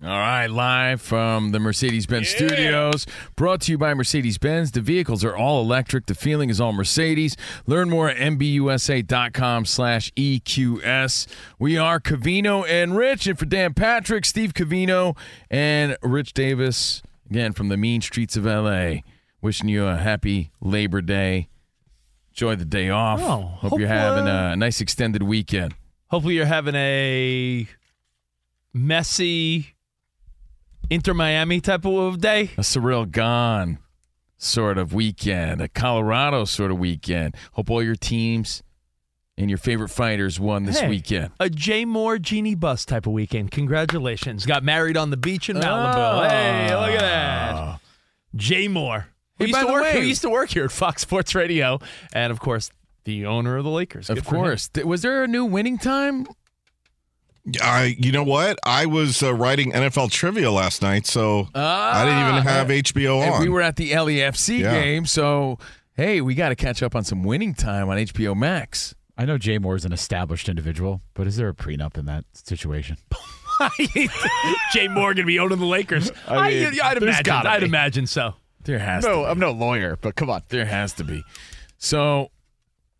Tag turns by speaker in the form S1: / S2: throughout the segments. S1: All right, live from the Mercedes Benz studios, brought to you by Mercedes Benz. The vehicles are all electric. The feeling is all Mercedes. Learn more at mbusa.com slash EQS. We are Cavino and Rich, and for Dan Patrick, Steve Cavino, and Rich Davis, again from the mean streets of LA, wishing you a happy Labor Day. Enjoy the day off.
S2: Oh,
S1: hope,
S2: hope,
S1: you're having
S2: uh,
S1: a nice extended weekend.
S2: Hopefully, you're having a messy Inter Miami type of day.
S1: a surreal gone sort of weekend, a Colorado sort of weekend. Hope all your teams and your favorite fighters won this
S2: Hey,
S1: weekend.
S2: A Jay Moore Genie Bus type of weekend. Congratulations. Got married on the beach in Malibu.
S1: Oh.
S2: Hey, look at that.
S3: Ah.
S2: Jay Moore. Who
S1: Hey,
S2: used,
S1: by
S2: to
S1: the
S2: work, who
S1: way-
S2: used to work here at Fox Sports Radio. And of course, the owner of the Lakers. Good
S1: of
S2: for him.
S1: course. Th- Was there a new winning time?
S3: I, you know what? I was uh, writing NFL trivia last night, so
S1: Ah,
S3: I didn't even have HBO
S1: And
S3: on.
S1: we were at the LEFC
S3: Yeah.
S1: game, so hey, we got to catch up on some winning time on HBO Max.
S4: I know Jay Moore's an established individual, but is there a prenup in that situation?
S2: Jay Moore going to be owning the Lakers. I
S4: I mean,
S2: would
S4: there's
S2: imagine.
S4: gotta
S2: I'd
S4: be.
S2: imagine so.
S1: There has to
S4: I'm no lawyer, but come on.
S1: There has to be. So,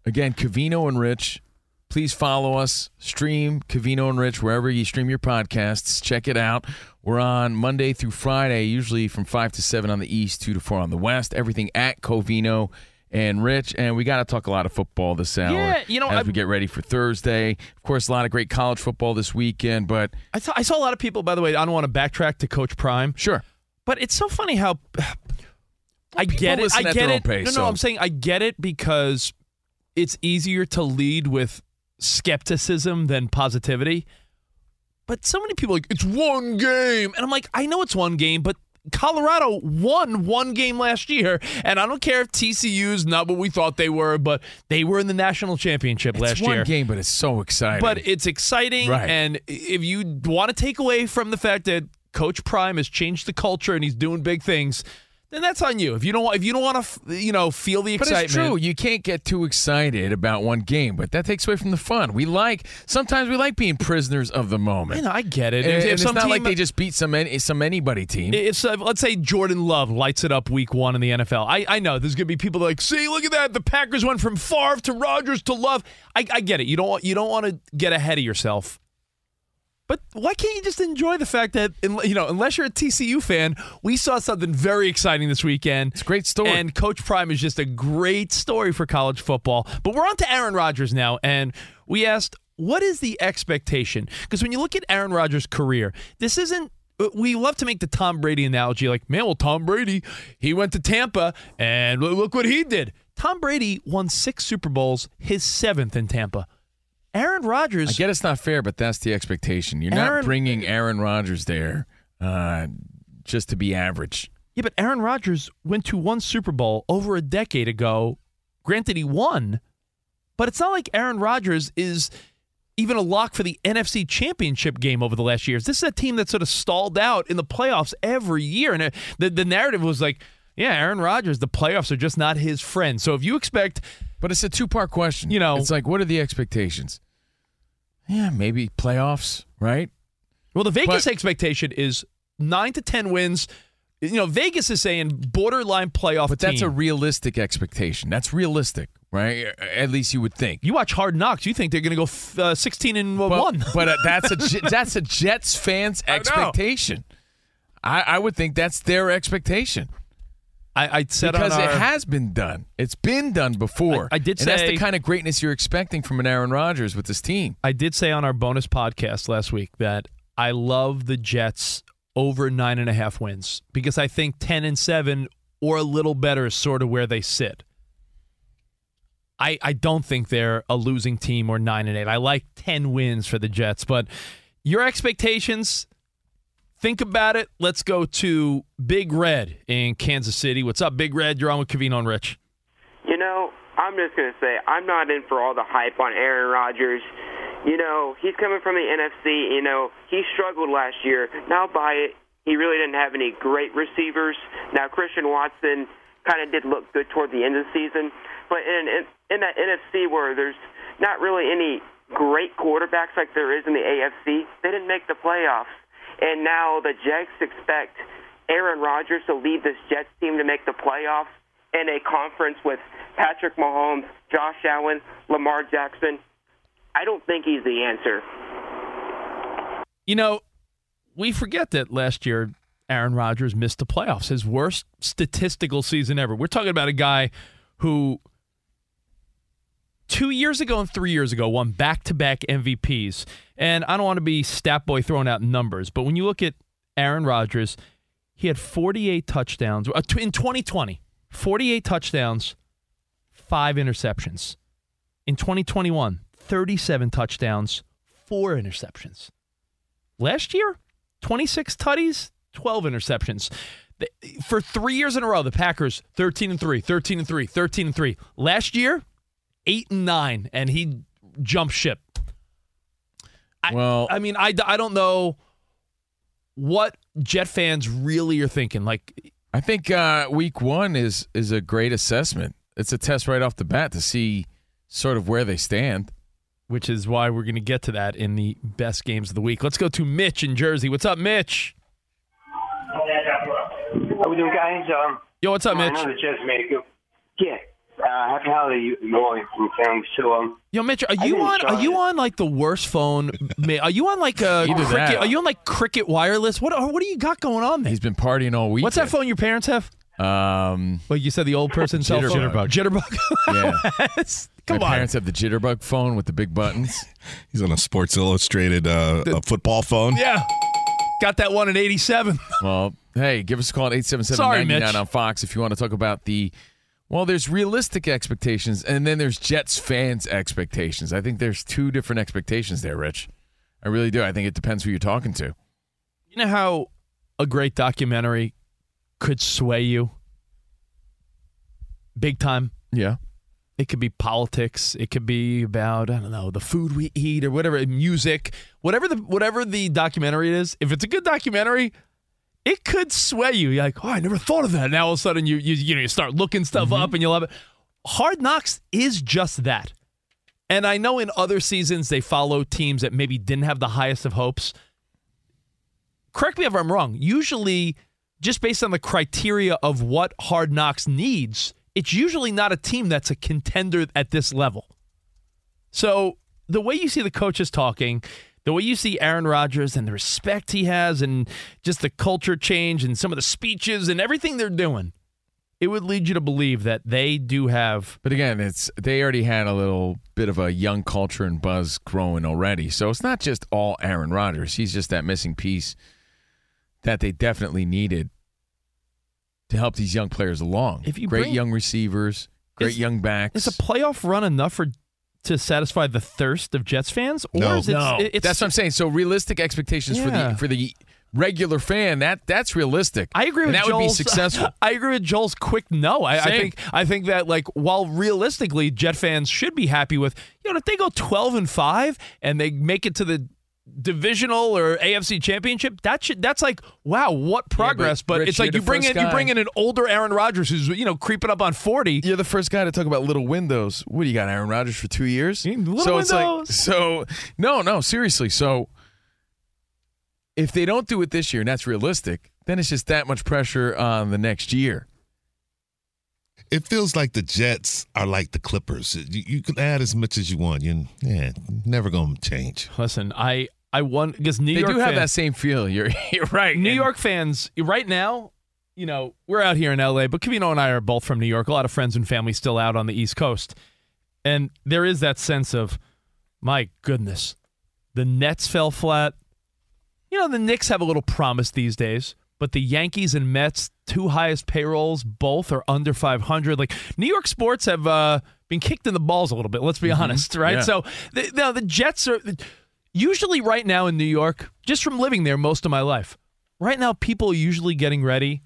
S1: again, Cavino and Rich, please follow us. Stream Cavino and Rich wherever you stream your podcasts. Check it out. We're on Monday through Friday, usually from 5 to 7 on the East, 2 to 4 on the West. Everything at Covino and Rich. And we got to talk a lot of football this hour
S2: Yeah, you know,
S1: as
S2: I-
S1: we get ready for Thursday. Of course, a lot of great college football this weekend, but
S2: I saw, I saw a lot of people, by the way, I don't want to backtrack to Coach Prime.
S1: sure.
S2: But it's so funny how I
S1: people
S2: get it.
S1: listen
S2: I
S1: at
S2: get
S1: their own
S2: it.
S1: pace,
S2: no, no,
S1: so-
S2: I'm saying I get it because it's easier to lead with skepticism than positivity. But so many people are like it's one game, and I'm like, I know it's one game, but Colorado won one game last year, and I don't care if TCU's not what we thought they were, but they were in the national championship last
S1: it's one
S2: year.
S1: game, but it's so exciting.
S2: But it's exciting,
S1: Right.
S2: and if you want to take away from the fact that Coach Prime has changed the culture and he's doing big things, then that's on you. If you don't want, if you don't want to, you know, feel the
S1: But
S2: excitement.
S1: it's true. You can't get too excited about one game, but that takes away from the fun. We like sometimes we like being prisoners of the moment.
S2: I know, I get it.
S1: And,
S2: if,
S1: and
S2: if
S1: it's
S2: some
S1: not
S2: team,
S1: like they just beat some any, some anybody team.
S2: if so- uh, let's say Jordan Love lights it up week one in the NFL. I, I know there's gonna be people like, see, look at that. The Packers went from Favre to Rodgers to Love. I, I get it. You don't want you don't want to get ahead of yourself. But why can't you just enjoy the fact that in- you know, unless you're a TCU fan, we saw something very exciting this weekend.
S1: it's a great story.
S2: And Coach Prime is just a great story for college football. But we're on to Aaron Rodgers now, and we asked, what is the expectation? Because when you look at Aaron Rodgers' career, this isn't. We love to make the Tom Brady analogy, like, man, well, Tom Brady, he went to Tampa, and lo- look what he did. Tom Brady won six Super Bowls, his seventh in Tampa. Aaron
S1: I
S2: Rodgers,
S1: get it's not fair, but that's the expectation. You're
S2: Aaron-
S1: not bringing Aaron Rodgers there uh, just to be average.
S2: Yeah, but Aaron Rodgers went to one Super Bowl over a decade ago. Granted, he won, but it's not like Aaron Rodgers is even a lock for the NFC Championship game over the last years. This is a team that sort of stalled out in the playoffs every year, and it- the the narrative was like, yeah, Aaron Rodgers, the playoffs are just not his friend. So if you expect,
S1: but it's a two part question.
S2: You know,
S1: It's like, what are the expectations? Yeah, maybe playoffs, right?
S2: Well, the Vegas expectation is nine to ten wins. You know, Vegas is saying borderline playoff.
S1: But that's
S2: team.
S1: a realistic expectation. That's realistic, right? At least you would think.
S2: You watch Hard Knocks, you think they're going to go f- uh, sixteen and uh,
S1: But-
S2: one.
S1: but uh, that's a Je- that's a Jets fan's
S2: I know.
S1: expectation. I, I would think that's their expectation.
S2: I, I said on
S1: because it
S2: our-
S1: has been done. It's been done before.
S2: I- I did
S1: and that's
S2: say-
S1: the kind of greatness you're expecting from an Aaron Rodgers with this team.
S2: I did say on our bonus podcast last week that I love the Jets over nine and a half wins because I think ten and seven or a little better is sort of where they sit. I, I don't think they're a losing team or nine and eight. I like ten wins for the Jets, but your expectations, think about it. Let's go to Big Red in Kansas City. What's up, Big Red? You're on with Kavino and Rich.
S5: You know, I'm just going to say I'm not in for all the hype on Aaron Rodgers. You know, he's coming from the NFC. You know, he struggled last year. Now by it, he really didn't have any great receivers. Now Christian Watson kind of did look good toward the end of the season, but in in, in that NFC where there's not really any great quarterbacks like there is in the AFC, they didn't make the playoffs. And now the Jets expect Aaron Rodgers to lead this Jets team to make the playoffs in a conference with Patrick Mahomes, Josh Allen, Lamar Jackson. I don't think he's the answer.
S2: You know, we forget that last year Aaron Rodgers missed the playoffs, his worst statistical season ever. We're talking about a guy who two years ago and three years ago won back to back MVPs. And I don't want to be stat boy throwing out numbers, but when you look at Aaron Rodgers, he had 48 touchdowns uh, in 2020, 48 touchdowns, five interceptions. In 2021, 37 touchdowns, four interceptions last year 26 tutties 12 interceptions The- for three years in a row the packers 13 and 3 13 and 3 13 and 3 last year 8 and 9 and he jumped ship I, well i mean I, d- I don't know what jet fans really are thinking like
S1: I think uh, week one is is a great assessment. It's a test right off the bat to see sort of where they stand.
S2: which is why we're going to get to that in the best games of the week let's go to mitch in jersey what's up mitch
S6: How we doing, guys? Um,
S2: Yo, what's up,
S6: I
S2: Mitch?
S6: know the Jets made a good. Yeah. Uh, happy holiday, you, you all from family. So, um,
S2: Yo, Mitch,
S6: I
S2: are you
S6: think
S2: on? Are
S6: Charlotte-
S2: you on like the worst phone? ma- Are you on like a
S1: Either
S2: cricket?
S1: that.
S2: Are you on like cricket wireless? What what do you got going on there?
S1: He's been partying all week.
S2: What's that phone your parents have?
S1: Um,
S2: well, you said the old person cell phone. Jitterbug.
S1: Yeah.
S2: Come
S1: My
S2: on.
S1: parents have the jitterbug phone with the big buttons.
S3: He's on a Sports Illustrated uh, a football phone.
S2: Yeah. Got that one in 87.
S1: Well, Oh, hey, give us a call at 877
S2: Mitch.
S1: on Fox if you want to talk about the. Well, there's realistic expectations, and then there's Jets fans' expectations. I think there's two different expectations there, Rich. I really do. I think it depends who you're talking to.
S2: You know how a great documentary could sway you big time?
S1: Yeah.
S2: It could be politics. It could be about I don't know the food we eat or whatever, music, whatever the whatever the documentary is. If it's a good documentary, it could sway you. You're like, oh, I never thought of that. Now all of a sudden you you you know you start looking stuff up and you love it. Hard Knocks is just that. And I know in other seasons they follow teams that maybe didn't have the highest of hopes. Correct me if I'm wrong. Usually, just based on the criteria of what Hard Knocks needs, it's usually not a team that's a contender at this level. So the way you see the coaches talking, the way you see Aaron Rodgers and the respect he has, and just the culture change and some of the speeches and everything they're doing, it would lead you to believe that they do have.
S1: But again, it's they already had a little bit of a young culture and buzz growing already. So it's not just all Aaron Rodgers. He's just that missing piece that they definitely needed to help these young players along. If
S2: you
S1: great
S2: bring-
S1: young receivers, great
S2: Is-
S1: young backs.
S2: Is a playoff run enough for to satisfy the thirst of Jets fans? Or is it, it's
S1: that's what I'm saying. So realistic expectations for
S2: Yeah.
S1: the for the regular fan, that that's realistic.
S2: I agree
S1: And
S2: with
S1: that would be
S2: Joel's-
S1: successful.
S2: I agree with Joel's quick no. I, I
S1: Same.
S2: think I think that like while realistically Jet fans should be happy with, you know, if they go twelve and five and they make it to the divisional or AFC championship, that should that's like wow, what progress. but
S1: Rich,
S2: it's like
S1: you're
S2: you
S1: the
S2: bring
S1: first
S2: in you
S1: guy.
S2: bring in an older Aaron Rodgers who's you know creeping up on forty.
S1: You're the first guy to talk about little windows. What do you got, Aaron Rodgers for two years? Little so it's like
S2: windows.
S1: so no, no, seriously. So if they don't do it this year, and that's realistic, then it's just that much pressure on the next year.
S7: It feels like the Jets are like the Clippers. You, you can add as much as you want. You yeah, never gonna change.
S2: Listen, I I won because New
S1: They
S2: York
S1: do have
S2: fans-
S1: that same feel. You're you're right.
S2: New York fans right now, you know, we're out here in LA, but Camino and I are both from New York. A lot of friends and family still out on the East Coast. And there is that sense of, my goodness, the Nets fell flat. You know, the Knicks have a little promise these days, but the Yankees and Mets, two highest payrolls, both are under 500. Like, New York sports have uh, been kicked in the balls a little bit, let's be honest, right?
S1: Yeah.
S2: So, the, now the Jets are usually right now in New York, just from living there most of my life, right now people are usually getting ready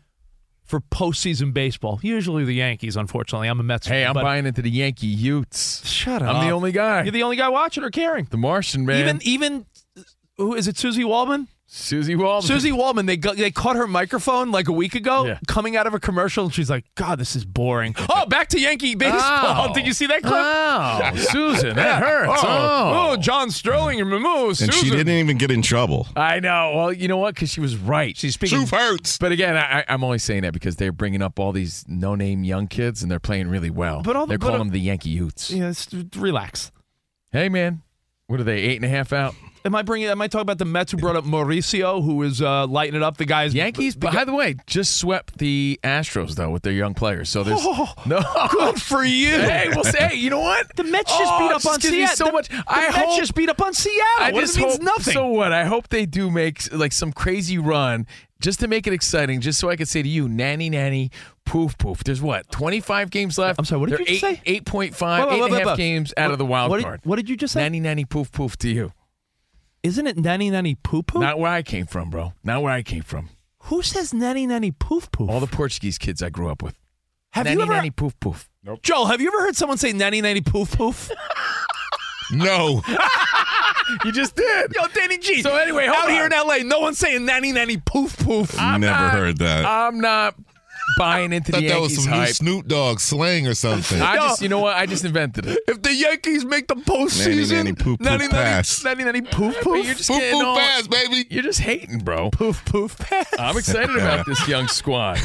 S2: for postseason baseball. Usually the Yankees, unfortunately. I'm a Mets fan.
S1: Hey, I'm
S2: but-
S1: buying into the Yankee Utes.
S2: Shut
S1: I'm the
S2: up.
S1: only guy.
S2: You're the only guy watching or caring.
S1: The Martian man.
S2: Even even who is it? Susie Waldman.
S1: Susie Waldman.
S2: Susie Waldman. They got, they caught her microphone like a week ago, coming out of a commercial, and she's like, "God, this is boring." oh, back to Yankee baseball.
S1: Oh.
S2: Did you see that clip?
S1: Oh, Susan, that hurts.
S2: Oh,
S1: Oh.
S2: oh, John Sterling and Mamu. Susan.
S3: And she didn't even get in trouble.
S1: I know. Well, you know what? Because she was right. She's
S3: speaking- Truth hurts.
S1: But again, I, I- I'm only saying that because they're bringing up all these no-name young kids, and they're playing really well.
S2: But all the-
S1: they're
S2: but
S1: calling
S2: all-
S1: them the Yankee Utes.
S2: Yeah, it's- relax.
S1: Hey, man, what are they? Eight and a half out.
S2: Am I bringing? Am I talking about the Mets who brought up Mauricio, who is uh, lighting it up? The guys,
S1: Yankees. But by the way, just swept the Astros though with their young players. So there's
S2: Oh,
S1: no
S2: good for you.
S1: Hey, we'll say. Hey, you know what?
S2: The Mets just
S1: Oh,
S2: beat
S1: it
S2: up on
S1: gives me
S2: Seattle.
S1: So
S2: The-
S1: much.
S2: the
S1: I
S2: Mets
S1: hope
S2: just beat up on Seattle.
S1: I
S2: What, it
S1: just
S2: means
S1: hope,
S2: nothing.
S1: So uh, what? I hope they do make like some crazy run just to make it exciting, just so I could say to you, nanny, nanny, poof, poof. There's what? 25 games left. I'm sorry.
S2: what did
S1: They're
S2: you just
S1: eight,
S2: say?
S1: Eight point five,
S2: Wait, wait,
S1: eight and a
S2: wait,
S1: half
S2: wait.
S1: games out of the wild
S2: What did-
S1: card.
S2: what did you just say?
S1: Nanny, nanny, poof, poof to you.
S2: Isn't it nanny nanny poo poo?
S1: Not where I came from, bro. Not where I came from.
S2: Who says nanny nanny poof poof?
S1: All the Portuguese kids I grew up with.
S2: Have
S1: nanny,
S2: you ever,
S1: nanny, poof, poof.
S2: Joel? Have you ever heard someone say nanny nanny poof poof?
S7: No.
S1: you just did.
S2: Yo, Danny G.
S1: So anyway, hold
S2: out here
S1: on.
S2: in L.A., no one's saying nanny nanny poof poof.
S7: never heard that.
S1: I'm not buying into the
S7: Thought that
S1: Yankees
S7: was some
S1: hype.
S7: new Snoop Dogg slang or something.
S1: I just, you know what? Ah, I just invented it.
S2: if the Yankees make the postseason,
S7: Nanny, nanny, poof, poof,
S2: nanny, nanny,
S7: pass.
S2: nanny, nanny, poof
S1: But
S2: poof.
S1: you're just
S7: Poof,
S1: getting
S7: poof,
S1: all-
S7: pass, baby.
S1: You're just hating, bro.
S2: poof poof pass.
S1: I'm excited about this young squad.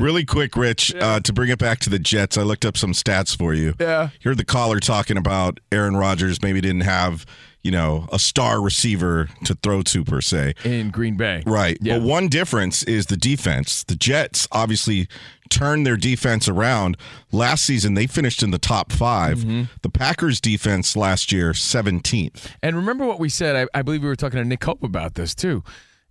S3: really quick, Rich, uh, to bring it back to the Jets, I looked up some stats for you.
S2: Yeah.
S3: You heard the caller talking about Aaron Rodgers maybe didn't have, you know, a star receiver to throw to per se.
S1: in Green Bay.
S3: Right.
S1: Yeah.
S3: But one difference is the defense. The Jets obviously turned their defense around. Last season, they finished in the top 5
S1: Mm-hmm.
S3: The Packers' defense last year, 17th.
S1: And remember what we said. I, I believe we were talking to Nick Hope about this too.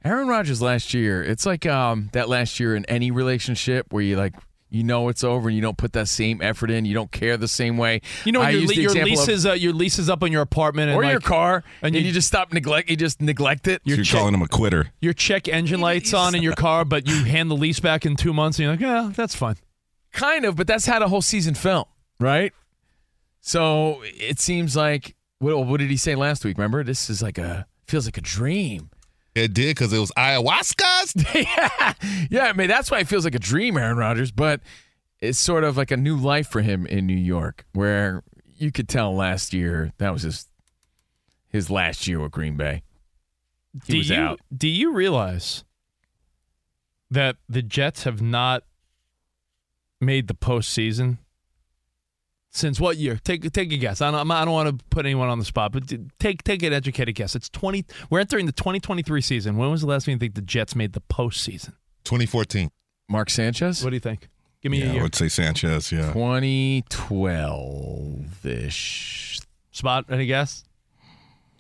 S1: Aaron Rodgers last year. It's like um, that last year in any relationship where you like you know it's over and you don't put that same effort in. You don't care the same way.
S2: You know,
S1: I
S2: when your,
S1: used
S2: le-
S1: the
S2: your
S1: example
S2: lease
S1: of-
S2: is uh, your lease is up on your apartment and
S1: or
S2: like,
S1: your car, and
S2: and
S1: you,
S2: you-
S1: just stop neglect. You just neglect it.
S3: You're,
S2: check-
S3: calling him a quitter.
S2: your check engine light's on in your car, but you hand the lease back in two months, and you're like, yeah, that's fine.
S1: kind of, but that's how the whole season felt, right? So it seems like what, what did he say last week? Remember, this is like a feels like a dream.
S7: It did because it was ayahuasca's.
S1: yeah, yeah. I mean, that's why it feels like a dream, Aaron Rodgers. But it's sort of like a new life for him in New York, where you could tell last year that was his his last year with Green Bay. He
S2: do
S1: was
S2: you
S1: out.
S2: do you realize that the Jets have not made the postseason since what year? Take take a guess. I don't I'm- I don't want to put anyone on the spot, but d- take take an educated guess. It's twenty. We're entering the 2023 season. When was the last time you think the Jets made the postseason?
S7: 2014.
S1: Mark Sanchez,
S2: What do you think? Give me
S3: yeah,
S2: a
S3: I
S2: year.
S3: would say Sanchez, yeah.
S1: twenty twelve ish.
S2: Spot any guess?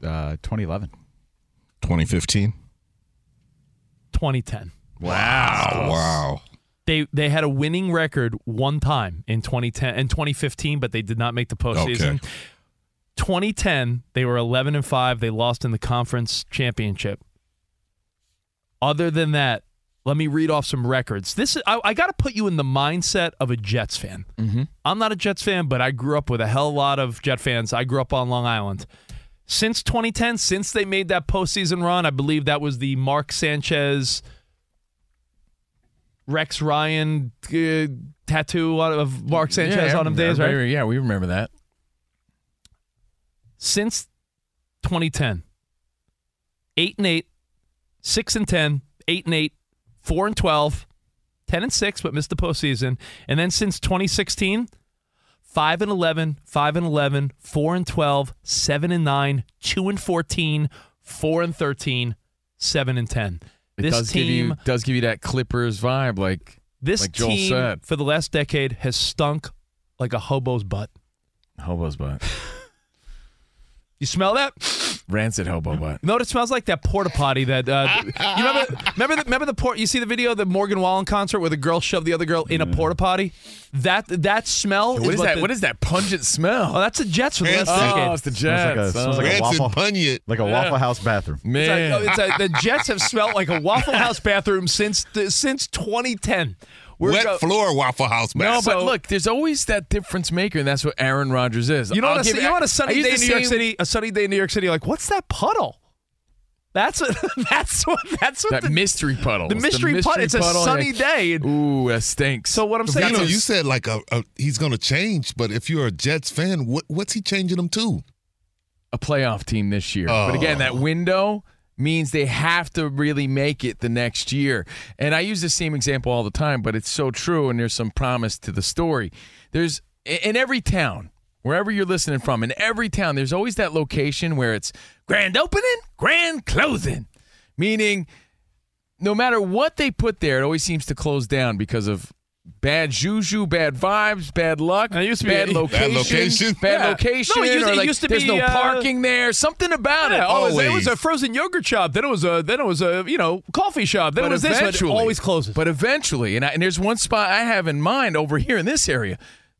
S4: Uh, 2011.
S3: 2015.
S2: 2010.
S3: Wow. Wow.
S2: They they had a winning record one time in 2010 and 2015, but they did not make the postseason. 2010, they were 11 and five. They lost in the conference championship. Other than that, let me read off some records. This is, I, I got to put you in the mindset of a Jets fan.
S1: Mm-hmm.
S2: I'm not a Jets fan, but I grew up with a hell lot of Jet fans. I grew up on Long Island. Since 2010, since they made that postseason run, I believe that was the Mark Sanchez, Rex Ryan uh, tattoo on- of Mark Sanchez
S1: yeah,
S2: on him
S1: yeah,
S2: days, right?
S1: we- Yeah, we remember that.
S2: since 2010. 8 and 8, 6 and 10, 8 and 8, 4 and 12, 10 and 6 but missed the postseason. And then since 2016, 5 and 11, 5 and 11, 4 and 12, 7 and 9, 2 and 14, 4 and 13, 7 and 10.
S1: It
S2: this
S1: does
S2: team
S1: give you, does give you that Clippers vibe, like
S2: this
S1: like Joel
S2: team
S1: said,
S2: for the last decade has stunk like a hobo's butt.
S1: hobo's butt,
S2: You smell that?
S1: rancid hobo butt.
S2: No, it smells like that porta potty that uh, you remember. Remember the remember the port. You see the video of the Morgan Wallen concert where the girl shoved the other girl in a porta potty. That that smell.
S1: Mm-hmm. What is that? What is that pungent smell?
S2: Oh, that's the Jets for the last
S1: Rancid.
S2: decade.
S1: Oh, it's the Jets.
S4: Sounds like a, sounds like a waffle, like a
S2: Yeah.
S4: Waffle House bathroom.
S2: It's
S1: Man,
S2: a- it's a- the Jets have smelled like a Waffle House bathroom since the, since 2010. We're
S7: Wet
S2: go-
S7: floor Waffle House.
S1: No,
S7: bathroom.
S1: but look, there's always that difference maker, and that's what Aaron Rodgers is.
S2: You know,
S1: I'll
S2: on a,
S1: give
S2: you know on
S1: I-
S2: a sunny
S1: I use
S2: day in
S1: the
S2: New York
S1: same-
S2: City, a sunny day in New York City, you're like what's that puddle? That's what, that's what that's what
S1: that
S2: the,
S1: mystery puddle.
S2: the
S1: It's
S2: mystery puddle. It's a sunny
S1: like,
S2: day.
S1: Ooh, that stinks.
S2: So what I'm
S7: you
S2: saying
S7: know,
S2: is,
S7: you said like a, a, he's going to change, but if you're a Jets fan, what, what's he changing them to?
S1: a playoff team this year.
S7: Oh.
S1: But again, that window means they have to really make it the next year. And I use the same example all the time, but it's so true and there's some promise to the story. There's in every town, wherever you're listening from, in every town there's always that location where it's grand opening, grand closing. Meaning no matter what they put there, it always seems to close down because of bad juju, bad vibes, bad luck,
S2: It used to be-
S1: bad, location,
S7: Bad location.
S1: bad
S2: Yeah.
S1: location,
S2: No, it used-
S1: or
S2: it
S1: like
S2: used to
S1: there's
S2: be,
S1: no
S2: uh,
S1: parking there, something about it.
S2: Yeah, always. It was a
S1: Always.
S2: frozen yogurt shop. Then it was a then it was a you know coffee shop. Then it was this. But it always closes.
S1: But eventually, and, I, and there's one spot I have in mind over here in this area.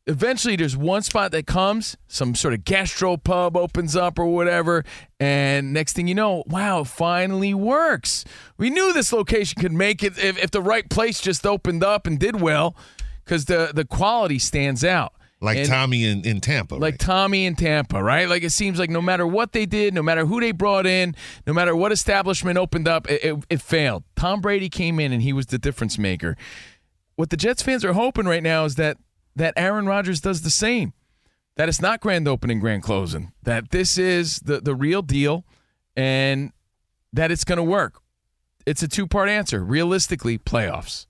S1: Eventually, there's one spot that comes, some sort of gastro pub opens up or
S2: oh,
S1: whatever, and next thing you know, wow, it finally works. We knew this location could make it if, if the right place just opened up and did well, because the the quality stands out.
S7: Like
S1: And-
S7: Tommy in, in Tampa.
S1: like Tommy in Tampa, right? Like it seems like no matter what they did, no matter who they brought in, no matter what establishment opened up, it, it, it failed. Tom Brady came in and he was the difference maker. What the Jets fans are hoping right now is that that Aaron Rodgers does the same. That it's not grand opening, grand closing. That this is the the real deal, and that it's going to work. It's a two part answer. Realistically, playoffs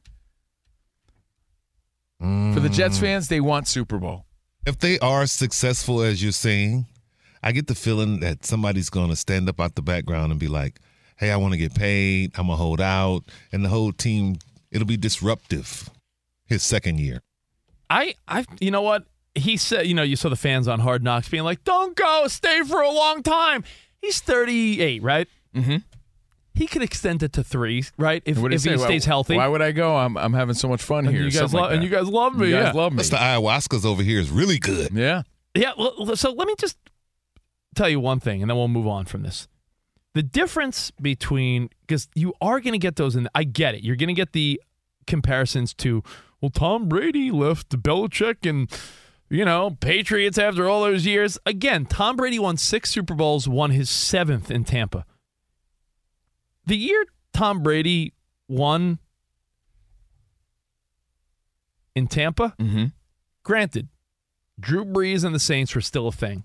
S1: for the
S2: Mm.
S1: Jets fans, they want Super Bowl.
S7: if they are successful as you're saying, I get the feeling that somebody's going to stand up out the background and be like, "Hey, I want to get paid. I'm gonna hold out," and the whole team it'll be disruptive. His second year,
S2: I I you know what he said. You know you saw the fans on Hard Knocks being like, "Don't go, stay for a long time." He's 38, right?
S1: Mm-hmm.
S2: He could extend it to three, right? If,
S1: What do you
S2: if he
S1: say? Why-
S2: stays healthy.
S1: Why would I go? I'm, I'm having so much fun
S2: And
S1: here.
S2: you guys
S1: Something
S2: lo-
S1: like
S2: and
S1: that.
S2: you guys love me,
S1: You guys
S2: yeah.
S1: love me.
S7: plus the ayahuasca's over here is really good.
S1: yeah.
S2: Yeah. Well, so let me just tell you one thing, and then we'll move on from this. The difference between because you are going to get those, and I get it. You're going to get the comparisons to well, Tom Brady left the Belichick and you know Patriots after all those years. Again, Tom Brady won six Super Bowls, won his seventh in Tampa. The year Tom Brady won in Tampa,
S1: Mhm.
S2: granted, Drew Brees and the Saints were still a thing.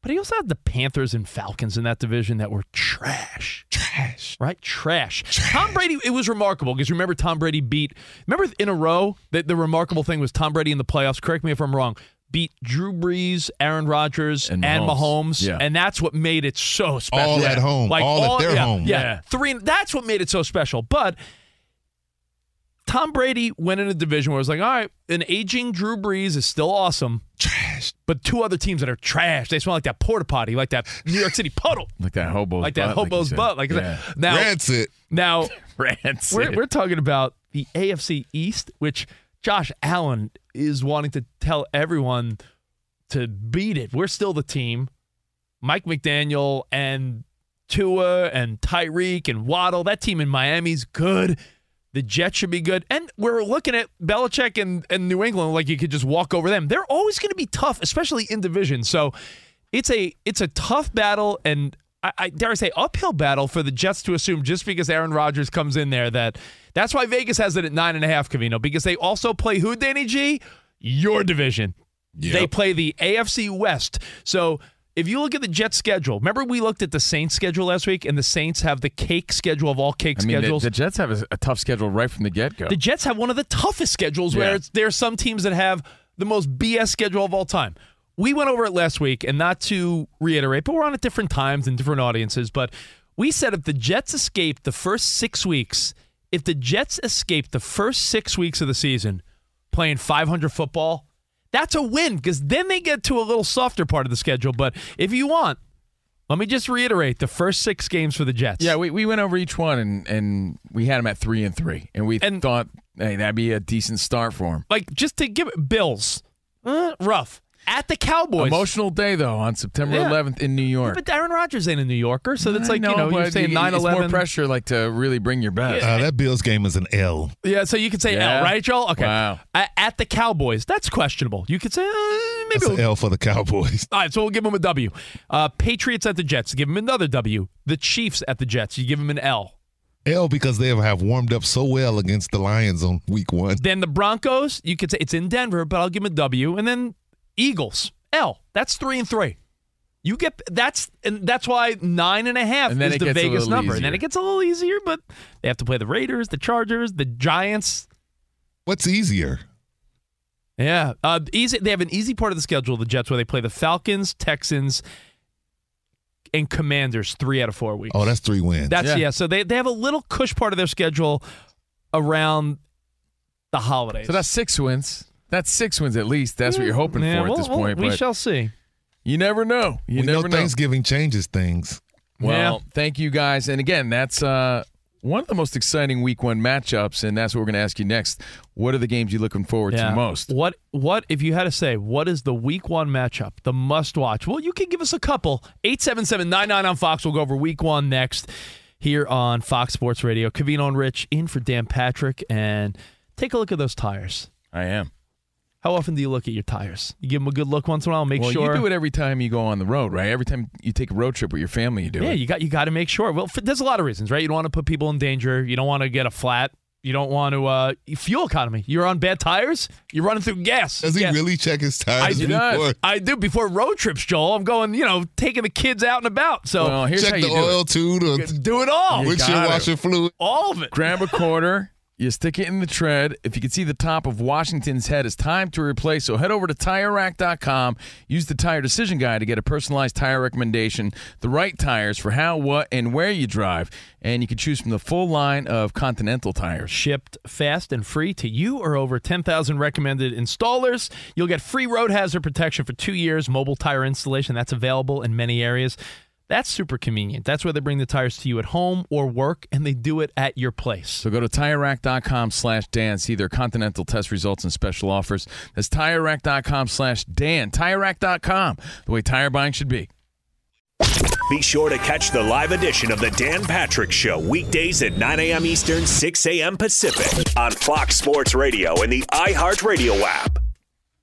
S2: But he also had the Panthers and Falcons in that division that were trash. Trash. Right? Trash. Tom Brady, it was remarkable because remember Tom Brady beat, remember in a row, that the remarkable thing was Tom Brady in the playoffs, correct me if I'm wrong, beat Drew Brees, Aaron Rodgers, and
S1: And
S2: Mahomes.
S1: Mahomes. Yeah.
S2: And that's what made it so special.
S7: All at home. All at their
S2: yeah,
S7: home.
S2: Yeah.
S1: Yeah.
S2: Three, that's what made it so special. But Tom Brady went in a division where it's like, all right, an aging Drew Brees is still awesome. Trash. But two other teams that are trash. They smell like that porta potty, like that New York City puddle,
S1: Like that hobo's
S2: like that
S1: butt, you
S2: hobo's
S1: said.
S2: butt. Like
S1: yeah.
S2: that. now,
S7: Rancid.
S2: now
S1: Rancid.
S2: we're, we're talking about the AFC East, which Josh Allen is wanting to tell everyone to beat it. We're still the team. Mike McDaniel and Tua and Tyreek and Waddle. That team in Miami's good. The Jets should be good. And we're looking at Belichick and, and New England like you could just walk over them. They're always going to be tough, especially in division. So it's a it's a tough battle and I, I dare I say uphill battle for the Jets to assume just because Aaron Rodgers comes in there that that's why Vegas has it at nine and a half, Cavino, because they also play who, Danny G? Your division. They play the AFC West. So if you look at the Jets schedule, remember we looked at the Saints schedule last week, and the Saints have the cake schedule of all cake
S1: I mean, the,
S2: schedules.
S1: the Jets have a, a tough schedule right from the get go.
S2: The Jets have one of the toughest schedules where
S1: Yeah.
S2: it's, there are some teams that have the most BS schedule of all time. We went over it last week, and not to reiterate, but we're on at different times and different audiences. But we said if the Jets escaped the first six weeks, if the Jets escaped the first six weeks of the season playing 500 football, that's a win because then they get to a little softer part of the schedule. But if you want, let me just reiterate the first six games for the Jets.
S1: Yeah, we, we went over each one and, and we had them at three and three, and we thought hey that'd be a decent start for them.
S2: Like just to give it Bills, uh, rough at the Cowboys.
S1: Emotional day though on September
S2: Yeah.
S1: 11th in New York.
S2: But Aaron Rodgers ain't a New Yorker, so it's
S1: I
S2: like you know you're
S1: but
S2: saying
S1: it's
S2: 9 11.
S1: more pressure like to really bring your best.
S7: Uh, that Bills game is an L.
S2: yeah, so you could say
S1: Yeah.
S2: L, right, Joel? Okay.
S1: Wow.
S2: A- at the Cowboys, that's questionable. You could say uh, maybe
S7: That's
S2: we'll,
S7: an L for the Cowboys.
S2: All right, so we'll give them a W. Uh, Patriots at the Jets, give them another W. The Chiefs at the Jets, you give them an L.
S7: L because they have warmed up so well against the Lions on week one.
S2: Then the Broncos, you could say it's in Denver, but I'll give them a W. And then Eagles, L. That's three and three. You get that's and that's why nine and a half
S1: And then
S2: is
S1: it
S2: the
S1: gets a
S2: Vegas
S1: little
S2: number, and then
S1: easier.
S2: it gets a little easier. But they have to play the Raiders, the Chargers, the Giants.
S7: What's easier?
S2: Yeah, uh, easy. They have an easy part of the schedule, the Jets, where they play the Falcons, Texans, and Commanders three out of four weeks.
S7: Oh, that's three wins.
S2: That's yeah. So they, they have a little cush part of their schedule around the holidays.
S1: So that's six wins. That's six wins at least. That's what you're hoping
S2: Yeah,
S1: for
S2: we'll-
S1: at this
S2: we'll-
S1: point.
S2: we
S1: but
S2: shall see.
S1: You never know. You
S7: we
S1: never
S7: know
S1: know.
S7: Thanksgiving changes things.
S1: Well, thank you guys. And again, that's uh, one of the most exciting week one matchups, and that's what we're going to ask you next. What are the games you're looking forward
S2: Yeah.
S1: to most?
S2: What what if you had to say what is the week one matchup, the must watch? Well, you can give us a couple. 877-99 on Fox. We'll go over week one next here on Fox Sports Radio. Kavino and Rich in for Dan Patrick and take a look at those tires.
S1: I am.
S2: How often do you look at your tires? You give them a good look once in a while, make
S1: well, you
S2: sure
S1: do it every time you go on the road, right? Every time you take a road trip with your family, you do
S2: yeah,
S1: it.
S2: you got you got to make sure. Well, f- there's a lot of reasons, right? You don't want to put people in danger. You don't want to get a flat. You don't want to uh, fuel economy. You're on bad tires. You're running through gas.
S7: Does he
S2: Gas.
S7: really check his
S2: I
S7: tires
S2: do.
S7: before?
S2: I do before road trips, Joel. I'm going, you know, taking the kids out and about. So
S1: Well, here's
S7: check
S1: how
S7: the
S1: you do
S7: oil
S1: it.
S7: too. The
S2: do it all.
S1: You
S7: windshield
S1: gotta.
S7: washer fluid.
S2: all of it.
S1: Grab a quarter. You stick it in the tread. If you can see the top of Washington's head, it's time to replace. So head over to TireRack.com. Use the Tire Decision Guide to get a personalized tire recommendation, the right tires for how, what, and where you drive. And you can choose from the full line of Continental tires.
S2: Shipped fast and free to you or over 10,000 recommended installers. You'll get free road hazard protection for two years, mobile tire installation. That's available in many areas. That's super convenient. That's where they bring the tires to you at home or work, and they do it at your place.
S1: So go to TireRack.com slash Dan. See their Continental test results and special offers. That's TireRack.com slash Dan. TireRack.com, the way tire buying should be.
S8: Be sure to catch the live edition of The Dan Patrick Show weekdays at 9 a.m. Eastern, 6 a.m. Pacific on Fox Sports Radio and the iHeartRadio app.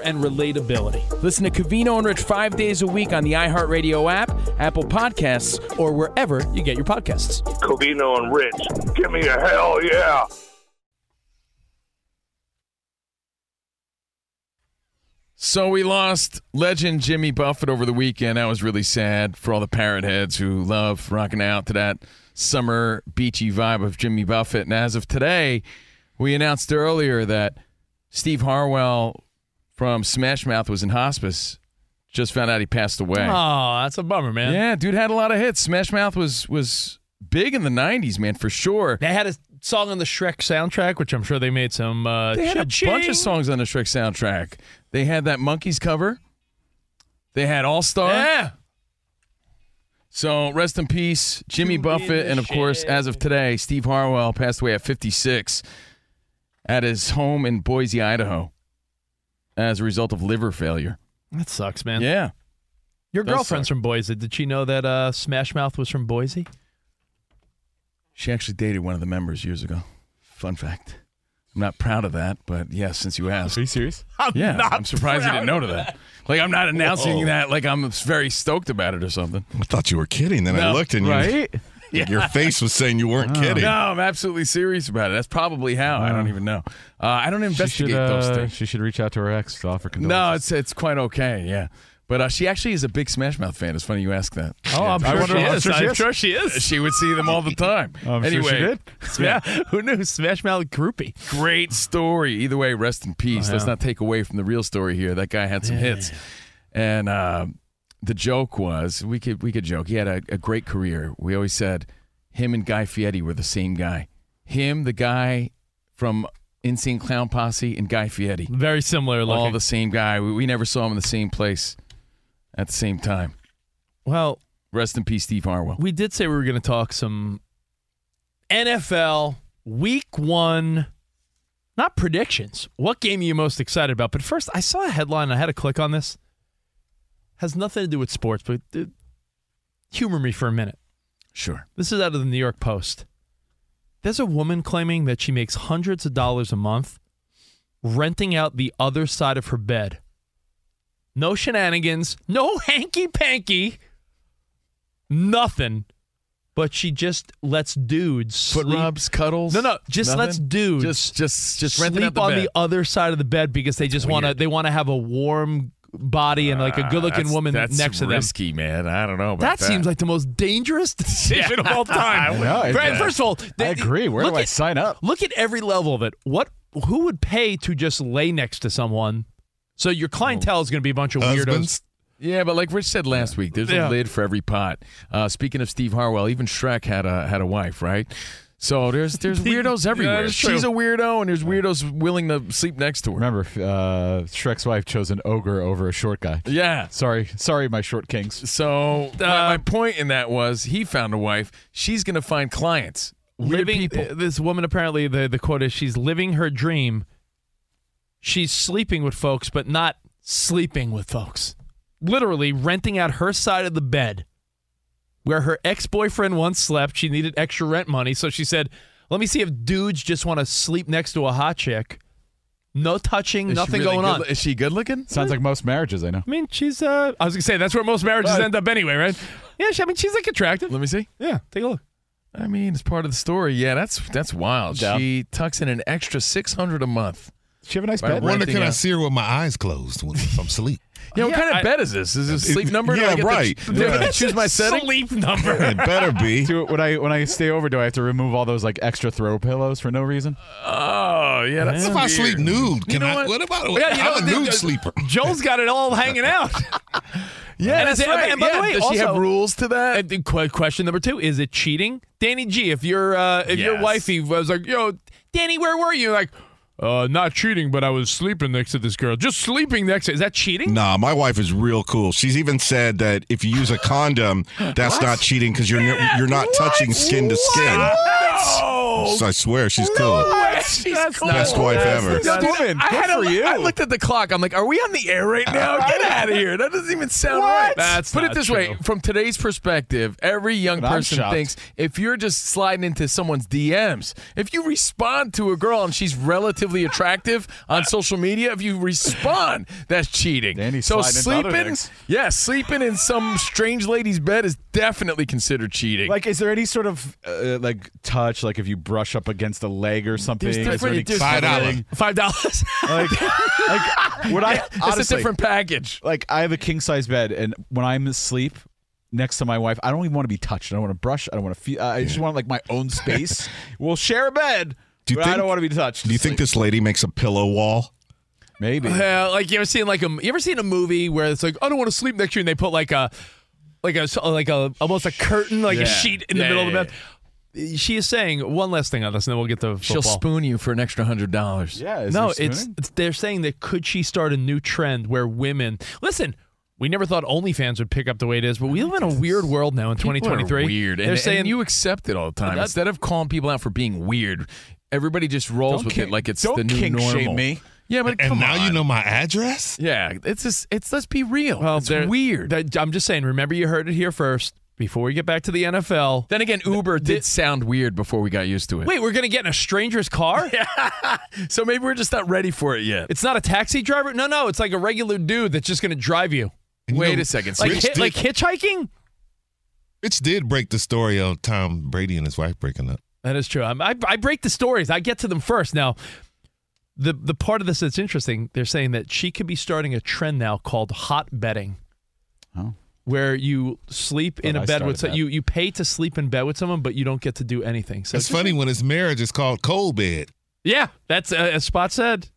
S2: and relatability.
S1: Listen to Cavino and Rich five days a week on the iHeartRadio app, Apple Podcasts, or wherever you get your podcasts.
S9: Covino and Rich. Give me a hell yeah.
S1: So we lost legend Jimmy Buffett over the weekend. That was really sad for all the parrot heads who love rocking out to that summer beachy vibe of Jimmy Buffett. And as of today, we announced earlier that Steve Harwell from Smash Mouth was in hospice Just found out he passed away.
S2: Oh, that's a bummer, man.
S1: Yeah, dude had a lot of hits. Smash Mouth was was big in the '90s, man, for sure.
S2: They had a song on the Shrek soundtrack, which I'm sure they made some. Uh,
S1: They had a bunch of songs on the Shrek soundtrack. They had that Monkeys cover. They had All Star. Yeah. So rest in peace, Jimmy Buffett, and of course, as of today, Steve Harwell passed away at 56 at his home in Boise, Idaho, as a result of liver failure.
S2: That sucks, man.
S1: Yeah.
S2: Your
S1: Does
S2: girlfriend's
S1: suck.
S2: from Boise. Did she know that uh, Smash Mouth was from Boise?
S1: She actually dated one of the members years ago. Fun fact. I'm not proud of that, but yeah, since you asked. Are you serious?
S2: I'm
S1: yeah,
S2: not
S1: I'm surprised you
S2: proud
S1: didn't know
S2: of
S1: to that. Like I'm not announcing
S3: Whoa.
S1: that like I'm very stoked about it or something.
S3: I thought you were kidding. Then I
S1: No,
S3: looked and you,
S1: right?
S3: like, your
S1: Yeah.
S3: face was saying you weren't
S2: Oh.
S3: kidding.
S1: No, I'm absolutely serious about it. That's probably how. I don't even know. Uh, I don't
S4: She
S1: investigate
S4: should,
S1: those
S4: uh,
S1: things.
S4: she should reach out to her ex to offer condolences.
S1: No, it's it's quite okay. Yeah. But uh, she actually is a big Smash Mouth fan. It's funny you ask that.
S2: Oh, I'm
S1: I
S2: sure
S1: wonder-
S2: she
S1: I'm
S2: is. I'm sure she is.
S1: She would see them all the time.
S2: I'm sure she
S1: anyway,
S2: did. Sma-
S1: who knew? Smash Mouth groupie. Great story. Either way, rest in peace.
S2: Oh,
S1: Let's
S2: yeah.
S1: not take away from the real story here. That guy had some
S2: Yeah.
S1: hits, and uh, the joke was we could we could joke. He had a, a great career. We always said him and Guy Fieri were the same guy. Him, the guy from Insane Clown Posse, and Guy Fieri.
S2: Very similar looking.
S1: All the same guy. We, we never saw him in the same place at the same time.
S2: Well,
S1: Rest in peace, Steve Harwell.
S2: we did say we were going to talk some NFL Week One, not predictions. What game are you most excited about? But first, I saw a headline. I had to click on this. Has nothing to do with sports, but uh, humor me for a minute.
S1: Sure.
S2: This is out of the New York Post. There's a woman claiming that she makes hundreds of dollars a month renting out the other side of her bed. No shenanigans, no hanky panky, nothing. But she just lets dudes
S1: Foot
S2: sleep-
S1: rubs, cuddles.
S2: No, no, just
S1: nothing?
S2: lets dudes
S1: Just, just, just
S2: sleep
S1: renting out the
S2: on
S1: bed.
S2: the other side of the bed because they just want to. They want to have a warm body and like a good-looking
S1: That's-
S2: woman
S1: that's
S2: next to them.
S1: risky, man. I don't know about
S2: That
S1: that.
S2: seems like the most dangerous decision of all time.
S1: I know, it
S2: Brad,
S1: does.
S2: first of all,
S1: I agree. Where do I sign
S2: up? Look at every level of it. What? Who would pay to just lay next to someone? So your clientele is going to be a bunch of weirdos.
S1: Yeah, but like Rich said last week, there's a
S2: Yeah.
S1: lid for every pot. Uh, speaking of Steve Harwell, even Shrek had a had a wife, right? So there's there's weirdos
S4: Yeah,
S1: everywhere.
S4: that's
S1: She's a
S4: true.
S1: weirdo, and there's weirdos willing to sleep next to her.
S4: Remember, f- uh, Shrek's wife chose an ogre over a short guy.
S1: Yeah.
S4: Sorry, sorry, my short kings.
S1: So my, my
S4: Um,
S1: point in that was he found a wife. She's going to find clients. Weird
S2: living
S1: people.
S2: uh, this woman apparently the the quote is she's living her dream. She's sleeping with folks, but not sleeping with folks. Literally renting out her side of the bed where her ex-boyfriend once slept. She needed extra rent money, so she said, "Let me see if dudes just want to sleep next to a hot chick. No touching,
S4: Is she
S2: nothing
S4: really
S2: going on."
S4: good-
S1: Is she good looking?
S4: Sounds like most marriages I know.
S2: I mean, she's. Uh, I was gonna say that's where most marriages
S1: Right.
S2: end up anyway, right? Yeah, she, I mean, she's like attractive.
S1: Let me see.
S2: Yeah, take a look.
S1: I mean, it's part of the story. Yeah, that's that's wild.
S4: Yeah.
S1: She tucks in an extra six hundred a month.
S4: She have a nice
S1: By
S7: I wonder
S1: renting
S7: can I
S1: out-
S7: see her with my eyes closed when I'm asleep?
S1: Yeah, what
S2: Yeah,
S1: kind of
S2: I-
S1: bed is this? Is this a sleep
S7: It-
S1: number? Do I
S7: yeah,
S1: get to-
S7: right.
S1: do I get
S4: Yeah.
S1: to choose my setting?
S2: Sleep number.
S7: It better be.
S4: Do it when I when I stay over. Do I have to remove all those like extra throw pillows for no reason?
S1: Oh, yeah. That's
S7: What if I
S1: weird.
S7: sleep nude? Can
S1: know
S7: I?
S1: what?
S7: What, about?
S1: Yeah, you know,
S7: I'm a
S1: the-
S7: nude
S1: the-
S7: sleeper.
S2: Joel's got it all hanging out.
S1: Yeah,
S2: And
S1: that's
S2: I say-
S1: right.
S2: and by the
S1: Yeah,
S2: way,
S1: does she have
S2: also-
S1: rules to that?
S2: And the que- question number two is it cheating, Danny G? If your uh, if your
S1: Yes.
S2: wifey was like, "Yo, Danny, where were you?" Like, uh, not cheating, but I was sleeping next to this girl. Just sleeping next to is that cheating?
S3: Nah, Uh, my wife is real cool. She's even said that if you use a condom, that's not cheating because you're you're not touching skin to skin.
S1: Oh,
S3: So I swear she's cool.
S1: she's
S3: Best wife ever.
S1: That's-
S4: woman.
S1: I,
S4: Good
S1: had
S4: for
S1: a,
S4: you.
S1: I looked at the clock. I'm like, are we on the air right now? Get out of here. That doesn't even sound right.
S2: That's
S1: Put it
S2: not
S1: this way
S2: true.
S1: from today's perspective, every young
S4: And I'm
S1: person
S4: shocked.
S1: thinks if you're just sliding into someone's DMs, if you respond to a girl and she's relatively attractive on social media, if you respond, that's cheating.
S4: Then he's
S1: so
S4: sliding into other
S1: sleeping,
S4: things.
S1: yeah, sleeping in some strange lady's bed is definitely considered cheating.
S4: Like, is there any sort of uh, like touch? Like, if you brush up against a leg or something,
S1: There's
S4: is there
S1: different-
S4: any
S1: there's
S7: Five
S4: cuddling?
S7: dollars.
S2: Five dollars.
S4: Like, like would I? Honestly,
S1: it's a different package.
S4: Like, I have a king size bed, and when I'm asleep next to my wife, I don't even want to be touched. I don't want to brush. I don't want to feel. I just want like my own space. we'll share a bed.
S3: Do you
S4: but I
S3: think-
S4: don't want to be touched.
S3: Do you think this lady makes a pillow wall?
S4: Maybe.
S2: Yeah, like you ever seen like a you ever seen a movie where it's like I don't want to sleep next to you and they put like a like a like a almost a curtain like
S1: Yeah.
S2: a sheet in
S1: Yeah,
S2: the middle
S1: yeah,
S2: of the bed. She is saying one last thing on this, and then we'll get to football.
S1: She'll spoon you for an extra hundred dollars. Yeah.
S2: no, it's, it's they're saying that could she start a new trend where women listen. We never thought OnlyFans would pick up the way it is, but we live in a weird world now in 2023.
S1: weird. And,
S2: They're
S1: and
S2: saying
S1: you accept it all the time
S2: That-
S1: instead of calling people out for being weird. Everybody just rolls
S2: Don't
S1: with
S2: kink-
S1: it like it's
S2: don't
S1: the new
S2: kink shame
S1: normal.
S2: me.
S1: Yeah, but
S2: And
S1: come
S2: now
S1: on.
S2: you know
S7: my address.
S1: Yeah, it's just it's let's be real.
S2: Well,
S1: it's
S2: they're-
S1: weird.
S2: that- I'm just saying. Remember, you heard it here first. Before we get back to the NFL,
S1: Then again, Uber did sound weird before we got used to it.
S2: Wait, we're gonna get in a stranger's car?
S1: so maybe we're just not ready for it yet.
S2: It's not a taxi driver. No, no, it's like a regular dude that's just gonna drive you.
S1: Wait a second.
S2: Like,
S7: Rich
S2: hit,
S7: did-
S2: like hitchhiking?
S7: Rich did break the story of Tom Brady and his wife breaking up.
S2: That is true. I'm, I I break the stories. I get to them first. Now, the the part of this that's interesting. They're saying that she could be starting a trend now called hot bedding.
S4: Oh.
S2: Where you sleep in
S7: Thought
S2: a
S7: I
S2: bed with
S7: started
S2: so-
S7: that.
S2: you you pay to sleep in bed with someone, but you don't get to do anything. So
S7: it's funny when his marriage is called cold bed.
S2: Yeah, that's uh, as Spot said.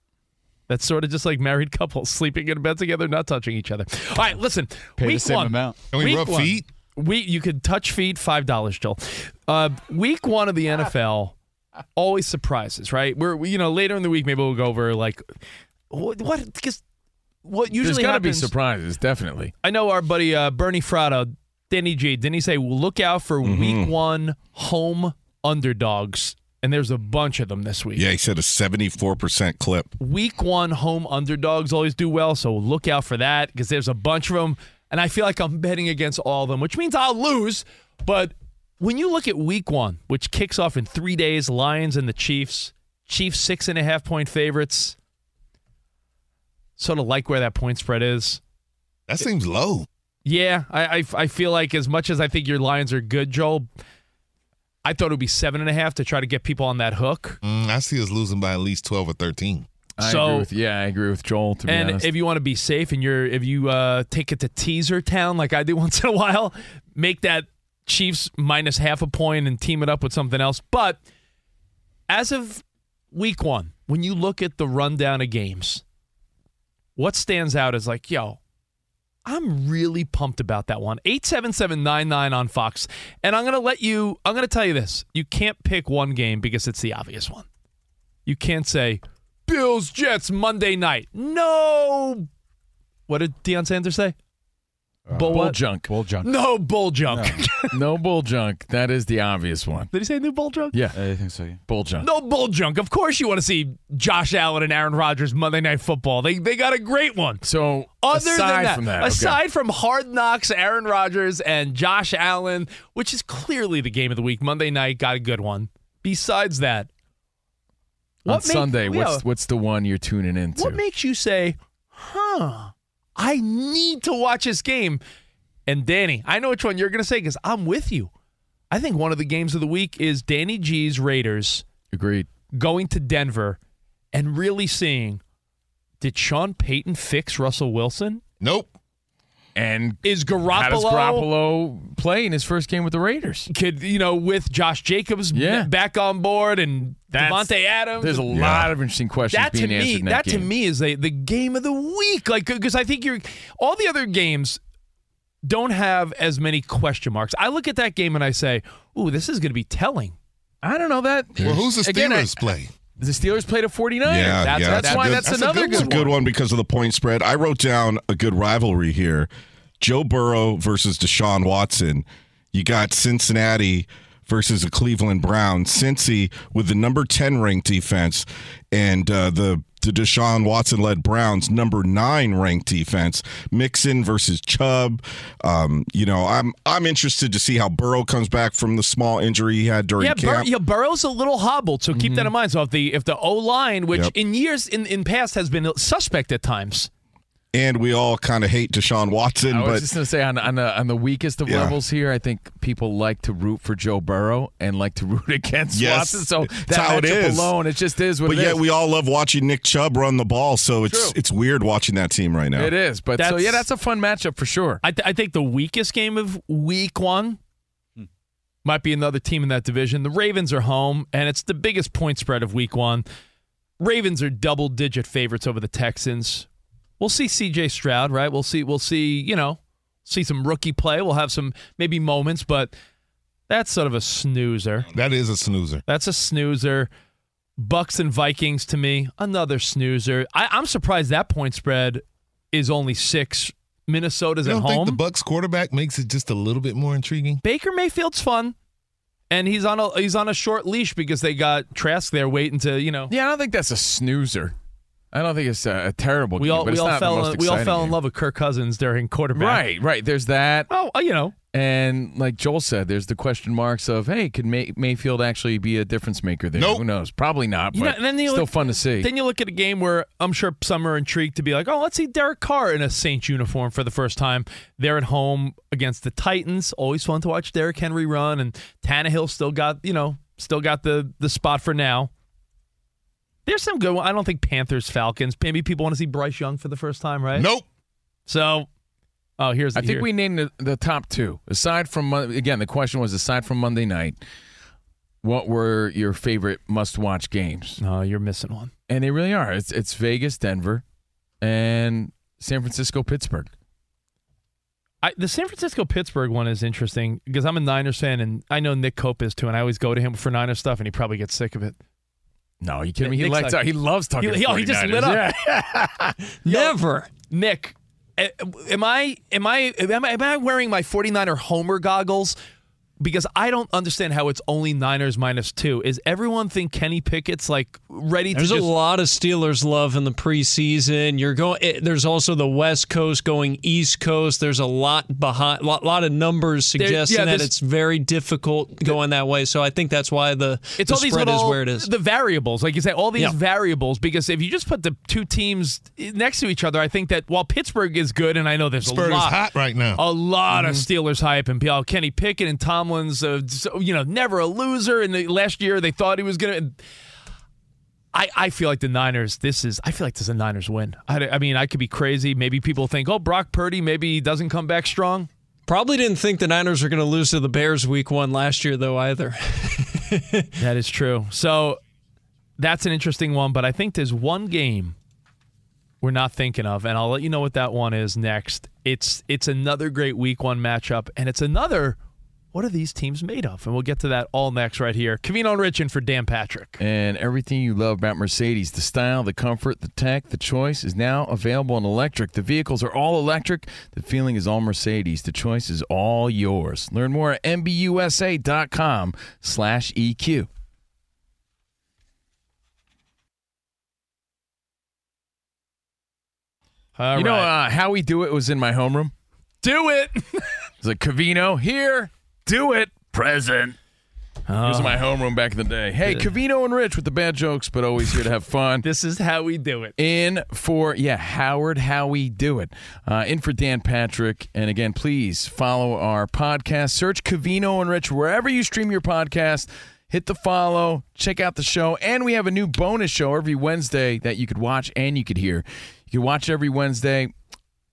S2: That's sort of just like married couples sleeping in bed together, not touching each other. All right, listen.
S4: Pay the
S2: week
S4: same
S2: one,
S4: amount. Can we
S2: week
S4: rub
S2: one-
S4: feet?
S2: We you could touch feet five dollars, Joel. Uh, week one of the NFL always surprises, right? We're we- you know later in the week maybe we'll go over like what what because what usually
S1: there's got to be
S2: happens-
S1: surprises, definitely.
S2: I know our buddy uh, Bernie Frado, Danny G. Didn't he say look out for
S3: Mm-hmm.
S2: week one home underdogs? And there's a bunch of them this week.
S3: Yeah, he said a 74% clip.
S2: week one home underdogs always do well, so look out for that because there's a bunch of them. And I feel like I'm betting against all of them, which means I'll lose. But when you look at week one, which kicks off in three days, Lions and the Chiefs, Chiefs six and a half point favorites. Sort of like where that point spread is.
S7: That seems low.
S2: Yeah, I, I I feel like as much as I think your Lions are good, Joel, I thought it would be seven and a half to try to get people on that hook.
S7: Mm, I see us losing by at least 12 or 13.
S2: I So- agree with-
S1: yeah, I agree with Joel. To
S2: and if you want to be safe and you're if you uh, take it to teaser town like I do once in a while, make that Chiefs minus half a point and team it up with something else. But as of week one, when you look at the rundown of games, what stands out is like, yo, I'm really pumped about that one. 87799 on Fox. And I'm going to let you, I'm going to tell you this. You can't pick one game because it's the obvious one. You can't say, Bills Jets Monday night. No. What did Deion Sanders say?
S1: Uh, bull
S2: what?
S1: junk, bull junk,
S2: No bull junk.
S1: no. bull junk. That is the obvious one.
S2: Did he say new bull junk?
S1: Yeah, I think so. Yeah, bull junk.
S2: No bull junk. Of course you want to see Josh Allen and Aaron Rodgers Monday Night Football. They they got a great one.
S1: So
S2: Other than
S1: aside
S2: that,
S1: from that, okay.
S2: aside from Hard Knocks, Aaron Rodgers and Josh Allen, which is clearly the game of the week, Monday night got a good one. Besides that,
S1: on
S2: what make-
S1: Sunday,
S2: Leo,
S1: what's what's the one you're tuning into?
S2: What makes you say, huh, I need to watch this game? And Danny, I know which one you're going to say because I'm with you. I think one of the games of the week is Danny G's Raiders.
S1: Agreed.
S2: Going to Denver and really seeing did Sean Payton fix Russell Wilson?
S7: Nope.
S1: And
S2: is Garoppolo,
S1: How does Garoppolo play in his first game with the Raiders?
S2: Could you know with Josh Jacobs
S1: Yeah.
S2: back on board and
S1: That's-
S2: Devontae Adams?
S1: There's a
S2: and-
S1: lot of interesting questions
S2: that
S1: being
S2: to
S1: answered
S2: me,
S1: in
S2: that
S1: that,
S2: to
S1: game.
S2: me is the, the game of the week. Like, because I think you're all the other games don't have as many question marks. I look at that game and I say, "Ooh, this is going to be telling."
S1: I don't know that.
S3: Well, who's the
S1: Again, I-
S3: Steelers play?
S1: The Steelers played a 49ers.
S3: Yeah,
S1: that's,
S3: yeah,
S1: that's
S3: a
S1: why
S3: good-
S1: that's, another
S3: a good, one. because of the point spread. I wrote down a good rivalry here: Joe Burrow versus Deshaun Watson. You got Cincinnati versus the Cleveland Browns. Cincy with the number ten ranked defense, and uh, the the Deshaun Watson led Browns number nine ranked defense. Mixon versus Chubb. Um, you know, I'm I'm interested to see how Burrow comes back from the small injury he had during
S2: Yeah,
S3: camp.
S2: Bur- yeah, Burrow's a little hobbled, so keep that in mind. So if the if the O line, which
S3: Mm-hmm. Yep.
S2: in years in in past has been suspect at times,
S3: and we all kind of hate Deshaun Watson,
S1: I was
S3: but
S1: just going to say on on the, on the weakest of
S3: Yeah.
S1: levels here, I think people like to root for Joe Burrow and like to root against
S3: Yes.
S1: Watson. So
S3: It's
S1: that
S3: how it
S1: matchup
S3: is.
S1: alone, it just is what
S3: but
S1: it
S3: yet
S1: is.
S3: we all love watching Nick Chubb run the ball, so it's
S1: True.
S3: it's weird watching that team right now.
S1: It is, but so
S2: That's-
S1: yeah, that's a fun matchup for sure.
S2: I, th- I think the weakest game of week one might be another team in that division. The Ravens are home, and it's the biggest point spread of week one. Ravens are double digit favorites over the Texans. We'll see CJ Stroud, right? We'll see we'll see, you know, see some rookie play. We'll have some maybe moments, but that's sort of a snoozer.
S7: That is a snoozer.
S2: That's a snoozer. Bucks and Vikings to me, another snoozer. I, I'm surprised that point spread is only six. Minnesota's
S7: You
S2: at
S7: don't think
S2: home.
S7: the Bucks quarterback makes it just a little bit more intriguing?
S2: Baker Mayfield's fun, and he's on a he's on a short leash because they got Trask there waiting to you know.
S1: Yeah, I don't think that's a snoozer. I don't think it's a, a terrible
S2: We
S1: game.
S2: all
S1: but
S2: we
S1: it's
S2: all
S1: not the
S2: fell
S1: most
S2: in, we all
S1: exciting
S2: fell in
S1: game.
S2: love with Kirk Cousins during quarterback.
S1: Right, right. There's that.
S2: Oh, you know.
S1: And like Joel said, there's the question marks of, hey, could May- Mayfield actually be a difference maker there?
S2: Nope.
S1: Who knows? Probably not. But
S2: You know, and then you
S1: still
S2: look-
S1: fun to see.
S2: Then you look at a game where I'm sure some are intrigued to be like, oh, let's see Derek Carr in a Saints uniform for the first time. They're at home against the Titans. Always fun to watch Derrick Henry run, and Tannehill still got you know still got the the spot for now. There's some good one. I don't think Panthers Falcons. Maybe people want to see Bryce Young for the first time, right?
S7: Nope.
S2: So, oh, here's
S1: I think
S2: here-
S1: we named the, the top two. Aside from Mon- again, the question was aside from Monday night, what were your favorite must-watch games?
S2: No, you're missing one,
S1: and they really are. It's it's Vegas, Denver, and San Francisco, Pittsburgh.
S2: I, the San Francisco Pittsburgh one is interesting because I'm a Niners fan and I know Nick Cope is too, and I always go to him for Niners stuff, and he probably gets sick of it.
S1: No, you kidding me? He
S2: Nick's
S1: likes
S2: like-
S1: he loves talking.
S2: He-
S1: to
S2: oh, he just
S1: 49ers.
S2: lit up.
S1: Yeah.
S2: Never, Nick. eh, Am I am I am I am I wearing my 49er homer goggles? Because I don't understand how it's only Niners minus two. Is everyone think Kenny Pickett's like ready
S10: There's
S2: to
S10: a
S2: just
S10: lot of Steelers love in the preseason. You're going. It, there's also the West Coast going East Coast. There's a lot behind. A lot, lot of numbers
S2: There- yeah,
S10: suggesting that
S2: this-
S10: it's very difficult going that way. So I think that's why the,
S2: it's
S10: the
S2: all these
S10: spread
S2: little
S10: is where it is.
S2: the variables like you say all these
S10: Yeah.
S2: variables because if you just put the two teams next to each other i think that while pittsburgh is good and i know there's
S7: Pittsburgh
S2: a
S7: is
S2: lot
S7: hot right now.
S2: a lot of
S7: Mhm.
S10: Mm-hmm.
S2: steelers hype and oh, kenny pickett and tomlin's uh, so, you know never a loser and the, last year they thought he was gonna I, I feel like the Niners. This is I feel like this is a Niners win. I, I mean I could be crazy. Maybe people think oh Brock Purdy maybe he doesn't come back strong.
S10: Probably didn't think the Niners were going to lose to the Bears week one last year though either.
S2: That is true. So that's an interesting one, but I think there's one game we're not thinking of, and I'll let you know what that one is next. It's it's another great week one matchup, and it's another what are these teams made of? And we'll get to that all next right here. Kavino and Richin for Dan Patrick.
S1: And everything you love about Mercedes the style, the comfort, the tech, the choice is now available in electric. The vehicles are all electric. The feeling is all Mercedes. The choice is all yours. Learn more at mbusa.com slash E EQ.
S2: All
S1: you know
S2: right.
S1: uh, how we do it was in my homeroom?
S2: Do it.
S1: It's like Cavino, here, do it, present.
S2: Oh.
S1: It was in my homeroom back in the day. Hey,
S2: Yeah.
S1: Cavino and Rich with the bad jokes, but always here to have fun.
S2: this is how we do it.
S1: In for, yeah, Howard, how we do it. Uh, in for Dan Patrick. And again, please follow our podcast. Search Cavino and Rich wherever you stream your podcast. Hit the follow, check out the show. And we have a new bonus show every Wednesday that you could watch and you could hear. You could watch every Wednesday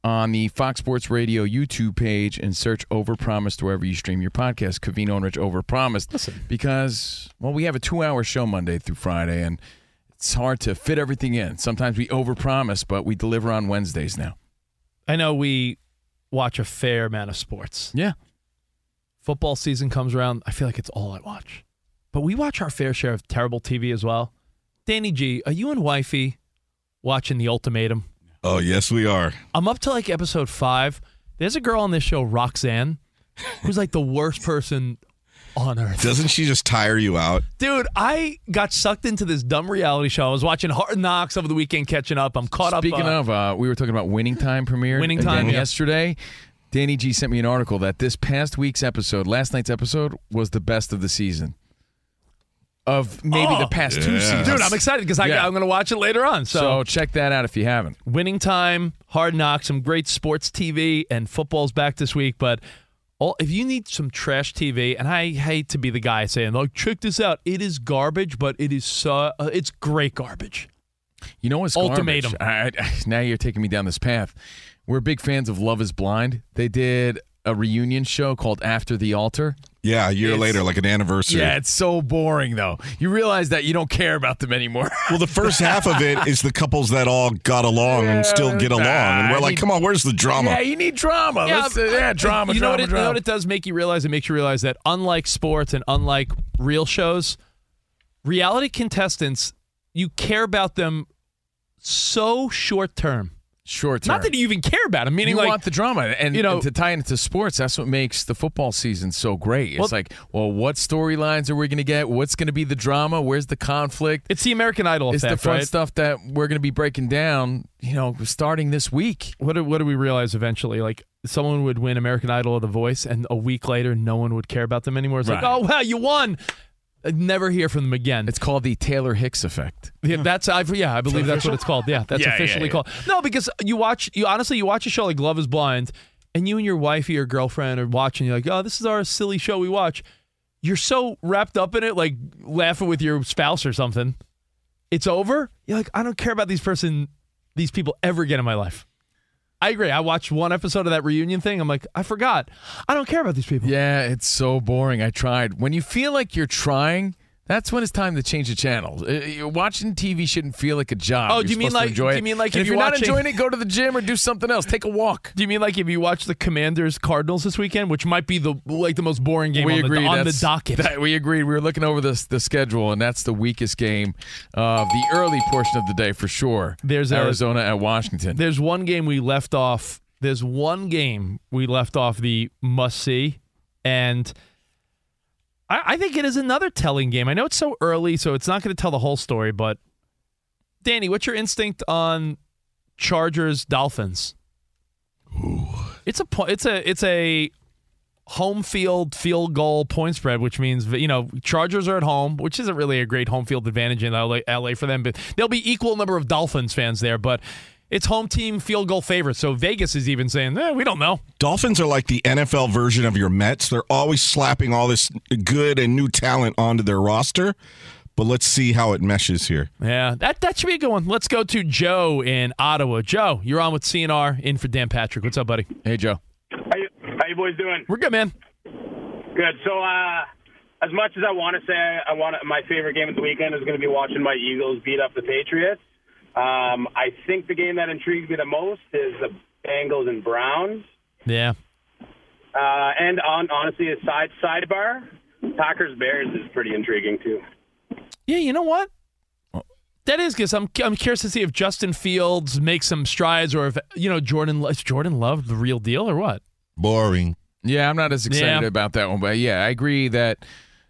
S1: on the Fox Sports Radio YouTube page and search Overpromised wherever you stream your podcast, Cavino and Rich Overpromised. Listen. Because, well, we have a two hour show Monday through Friday, and it's hard to fit everything in. Sometimes we overpromise, but we deliver on Wednesdays now.
S2: I know we watch a fair amount of sports.
S1: Yeah.
S2: Football season comes around. I feel like it's all I watch. But we watch our fair share of terrible TV as well. Danny G, are you and Wifey watching The Ultimatum?
S3: Oh, yes, we are.
S2: I'm up to like episode five. There's a girl on this show, Roxanne, who's like the worst person on earth.
S3: Doesn't she just tire you out?
S2: Dude, I got sucked into this dumb reality show. I was watching Hard Knocks over the weekend, catching up. I'm caught up.
S1: Speaking
S2: uh,
S1: of, uh, we were talking about Winning Time premiere.
S2: Winning Time, yeah.
S1: yesterday. Danny G sent me an article that this past week's episode, last night's episode, was the best of the season. Of maybe
S2: Oh.
S1: the past two seasons.
S2: Dude, I'm excited because
S1: Yeah.
S2: I'm going to watch it later on.
S1: So check that out if you haven't.
S2: Winning time, hard knocks, some great sports TV, and football's back this week. But all, if you need some trash TV, and I hate to be the guy saying, "Like, check this out," it is garbage, but it is so uh, it's great garbage.
S1: You know what's
S2: Ultimatum.
S1: garbage? Uh, I, I, now you're taking me down this path. We're big fans of Love Is Blind. They did a reunion show called After the Altar.
S3: Yeah, a year
S1: It's-
S3: later, like an anniversary.
S1: Yeah, it's so boring though. You realize that you don't care about them anymore.
S3: Well, the first half of it is the couples that all got along and still get along, and we're like, come on, where's the drama?
S1: Yeah, you need drama. Yeah, Let's, uh, yeah drama.
S2: You know,
S1: drama,
S2: what it, you know
S1: drama.
S2: what it does make you realize? It makes you realize that unlike sports and unlike real shows, reality contestants, you care about them so short term.
S1: Short
S2: Not that you even care about them. Meaning,
S1: you
S2: like
S1: want the drama, and
S2: you know,
S1: and to tie into sports, that's what makes the football season so great. It's
S2: Well-
S1: like, well, what storylines are we going to get? What's going to be the drama? Where's the conflict?
S2: It's the American Idol.
S1: It's
S2: effect,
S1: the fun
S2: right?
S1: stuff that we're going to be breaking down. You know, starting this week.
S2: What do, what do we realize eventually? Like someone would win American Idol or The Voice, and a week later, no one would care about them anymore. It's
S1: Right.
S2: like, oh wow, you won. I'd never hear from them again. It's
S1: called the Taylor Hicks effect.
S2: Yeah, that's I've, yeah, I believe that's what it's called. Yeah, that's
S1: Yeah, yeah,
S2: officially
S1: yeah.
S2: called. No, because you watch you honestly you watch a show like Love Is Blind, and you and your wife or your girlfriend are watching. You're like, oh, this is our silly show we watch. You're so wrapped up in it, like laughing with your spouse or something. It's over. You're like, I don't care about these person, these people ever again in my life. I agree. I watched one episode of that reunion thing. I'm like, I forgot. I don't care about these people.
S1: Yeah, it's so boring. I tried. When you feel like you're trying, that's when it's time to change the channel. Uh, you're watching TV shouldn't feel like a job.
S2: Oh,
S1: You're
S2: do you mean
S1: supposed to
S2: like-
S1: enjoy
S2: do
S1: it.
S2: you mean like
S1: And
S2: if
S1: if
S2: you're
S1: you're not
S2: watching-
S1: enjoying it, go to the gym or do something else. Take a walk.
S2: Do you mean like if you watch the Commanders Cardinals this weekend, which might be the like the most boring game
S1: we
S2: on,
S1: agreed
S2: the, on the
S1: that's-
S2: docket?
S1: that- we agreed. We were looking over this the schedule, and that's the weakest game of the early portion of the day for sure.
S2: There's a-
S1: Arizona at Washington.
S2: There's one game we left off. There's one game we left off the must see, and I, I think it is another telling game. I know it's so early, so it's not going to tell the whole story. But Danny, what's your instinct on Chargers Dolphins? It's a po- it's a it's a home field field goal point spread, which means you know Chargers are at home, which isn't really a great home field advantage in LA, LA for them. But there'll be equal number of Dolphins fans there, but it's home team field goal favorite. So Vegas is even saying, eh, we don't know.
S3: Dolphins are like the NFL version of your Mets. They're always slapping all this good and new talent onto their roster, but let's see how it meshes here.
S2: Yeah, that that should be a good one. Let's go to Joe in Ottawa. Joe, you're on with CNR in for Dan Patrick. What's up, buddy?
S1: Hey, Joe.
S11: How you, how you boys doing?
S2: We're good, man.
S11: Good. So, uh, as much as I want to say I want my favorite game of the weekend is going to be watching my Eagles beat up the Patriots. Um, I think the game that intrigues me the most is the Bengals and Browns.
S2: Yeah.
S11: Uh, and on honestly, a side sidebar, Packers Bears is pretty intriguing too.
S2: Yeah, you know what? That is because I'm I'm curious to see if Justin Fields makes some strides or if you know Jordan is Jordan Love the real deal or what?
S7: Boring.
S1: Yeah, I'm not as excited
S2: Yeah.
S1: about that one, but yeah, I agree that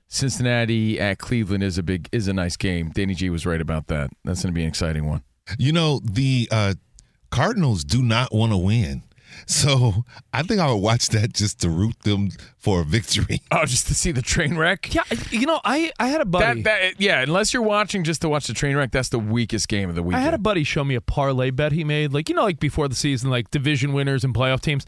S1: Cincinnati at Cleveland is a big is a nice game. Danny G was right about that. That's going to be an exciting one.
S7: You know, the uh, Cardinals do not want to win. So I think I would watch that just to root them for a victory.
S1: Oh, just to see the train wreck.
S2: Yeah, you know, I I had a buddy.
S1: That, that, yeah, unless you're watching just to watch the train wreck, that's the weakest game of the
S2: I
S1: weekend.
S2: had a buddy show me a parlay bet he made, like you know, like before the season, like division winners and playoff teams.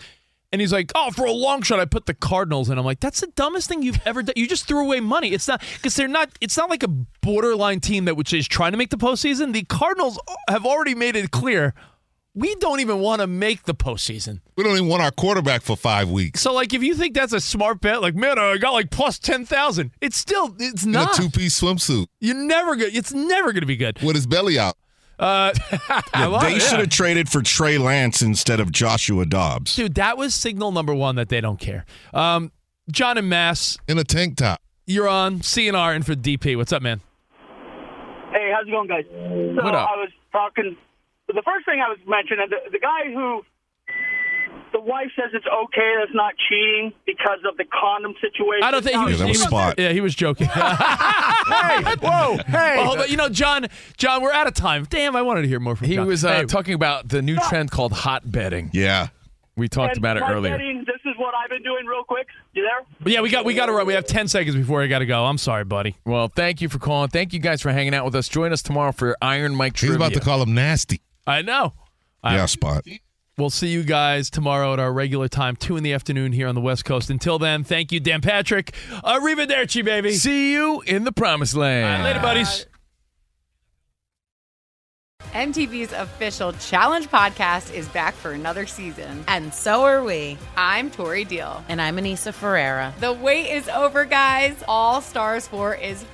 S2: And he's like, "Oh, for a long shot, I put the Cardinals." And I'm like, "That's the dumbest thing you've ever done. You just threw away money. It's not because they're not. It's not like a borderline team that which is trying to make the postseason. The Cardinals have already made it clear we don't even want to make the postseason.
S7: We don't even want our quarterback for five weeks.
S2: So, like, if you think that's a smart bet, like, man, I got like plus ten thousand. It's still, it's
S7: In a
S2: not.
S7: two piece swimsuit.
S2: You're never good. It's never going to be good.
S7: With his belly out.
S2: Uh, I love
S3: they
S2: it,
S3: should
S2: yeah.
S3: have traded for Trey Lance instead of Joshua Dobbs.
S2: Dude, that was signal number one that they don't care. Um, John and Mass.
S7: In a tank top.
S2: You're on CNR and for DP. What's up, man?
S12: Hey, how's it going, guys? So
S2: What up?
S12: I was talking. The first thing I was mentioning, the, the guy who the wife says it's okay, that's not cheating because of the condom situation.
S2: I don't think he was. he was- Yeah, he was joking. hey, whoa, hey. hold on. You know, John, John, we're out of time. Damn, I wanted to hear more from
S1: He
S2: John.
S1: was uh,
S2: Hey,
S1: talking about the new trend called hot betting.
S3: Yeah.
S1: We talked about it
S12: My
S1: earlier.
S12: Betting, this is what I've been doing, real quick. You there?
S2: But yeah, we got we got to run. We have ten seconds before I got to go. I'm sorry, buddy.
S1: Well, thank you for calling. Thank you guys for hanging out with us. Join us tomorrow for Iron Mike
S7: He's
S1: trivia.
S7: about to call him nasty.
S2: I know. I-
S7: yeah, spot.
S2: We'll see you guys tomorrow at our regular time, two in the afternoon here on the West Coast. Until then, thank you, Dan Patrick. Arrivederci, baby.
S1: See you in the promised land.
S2: All right, later, buddies.
S13: MTV's official challenge podcast is back for another season. And so are we. I'm Tori Deal.
S14: And I'm Anissa Ferreira.
S13: The wait is over, guys. All Stars 4 is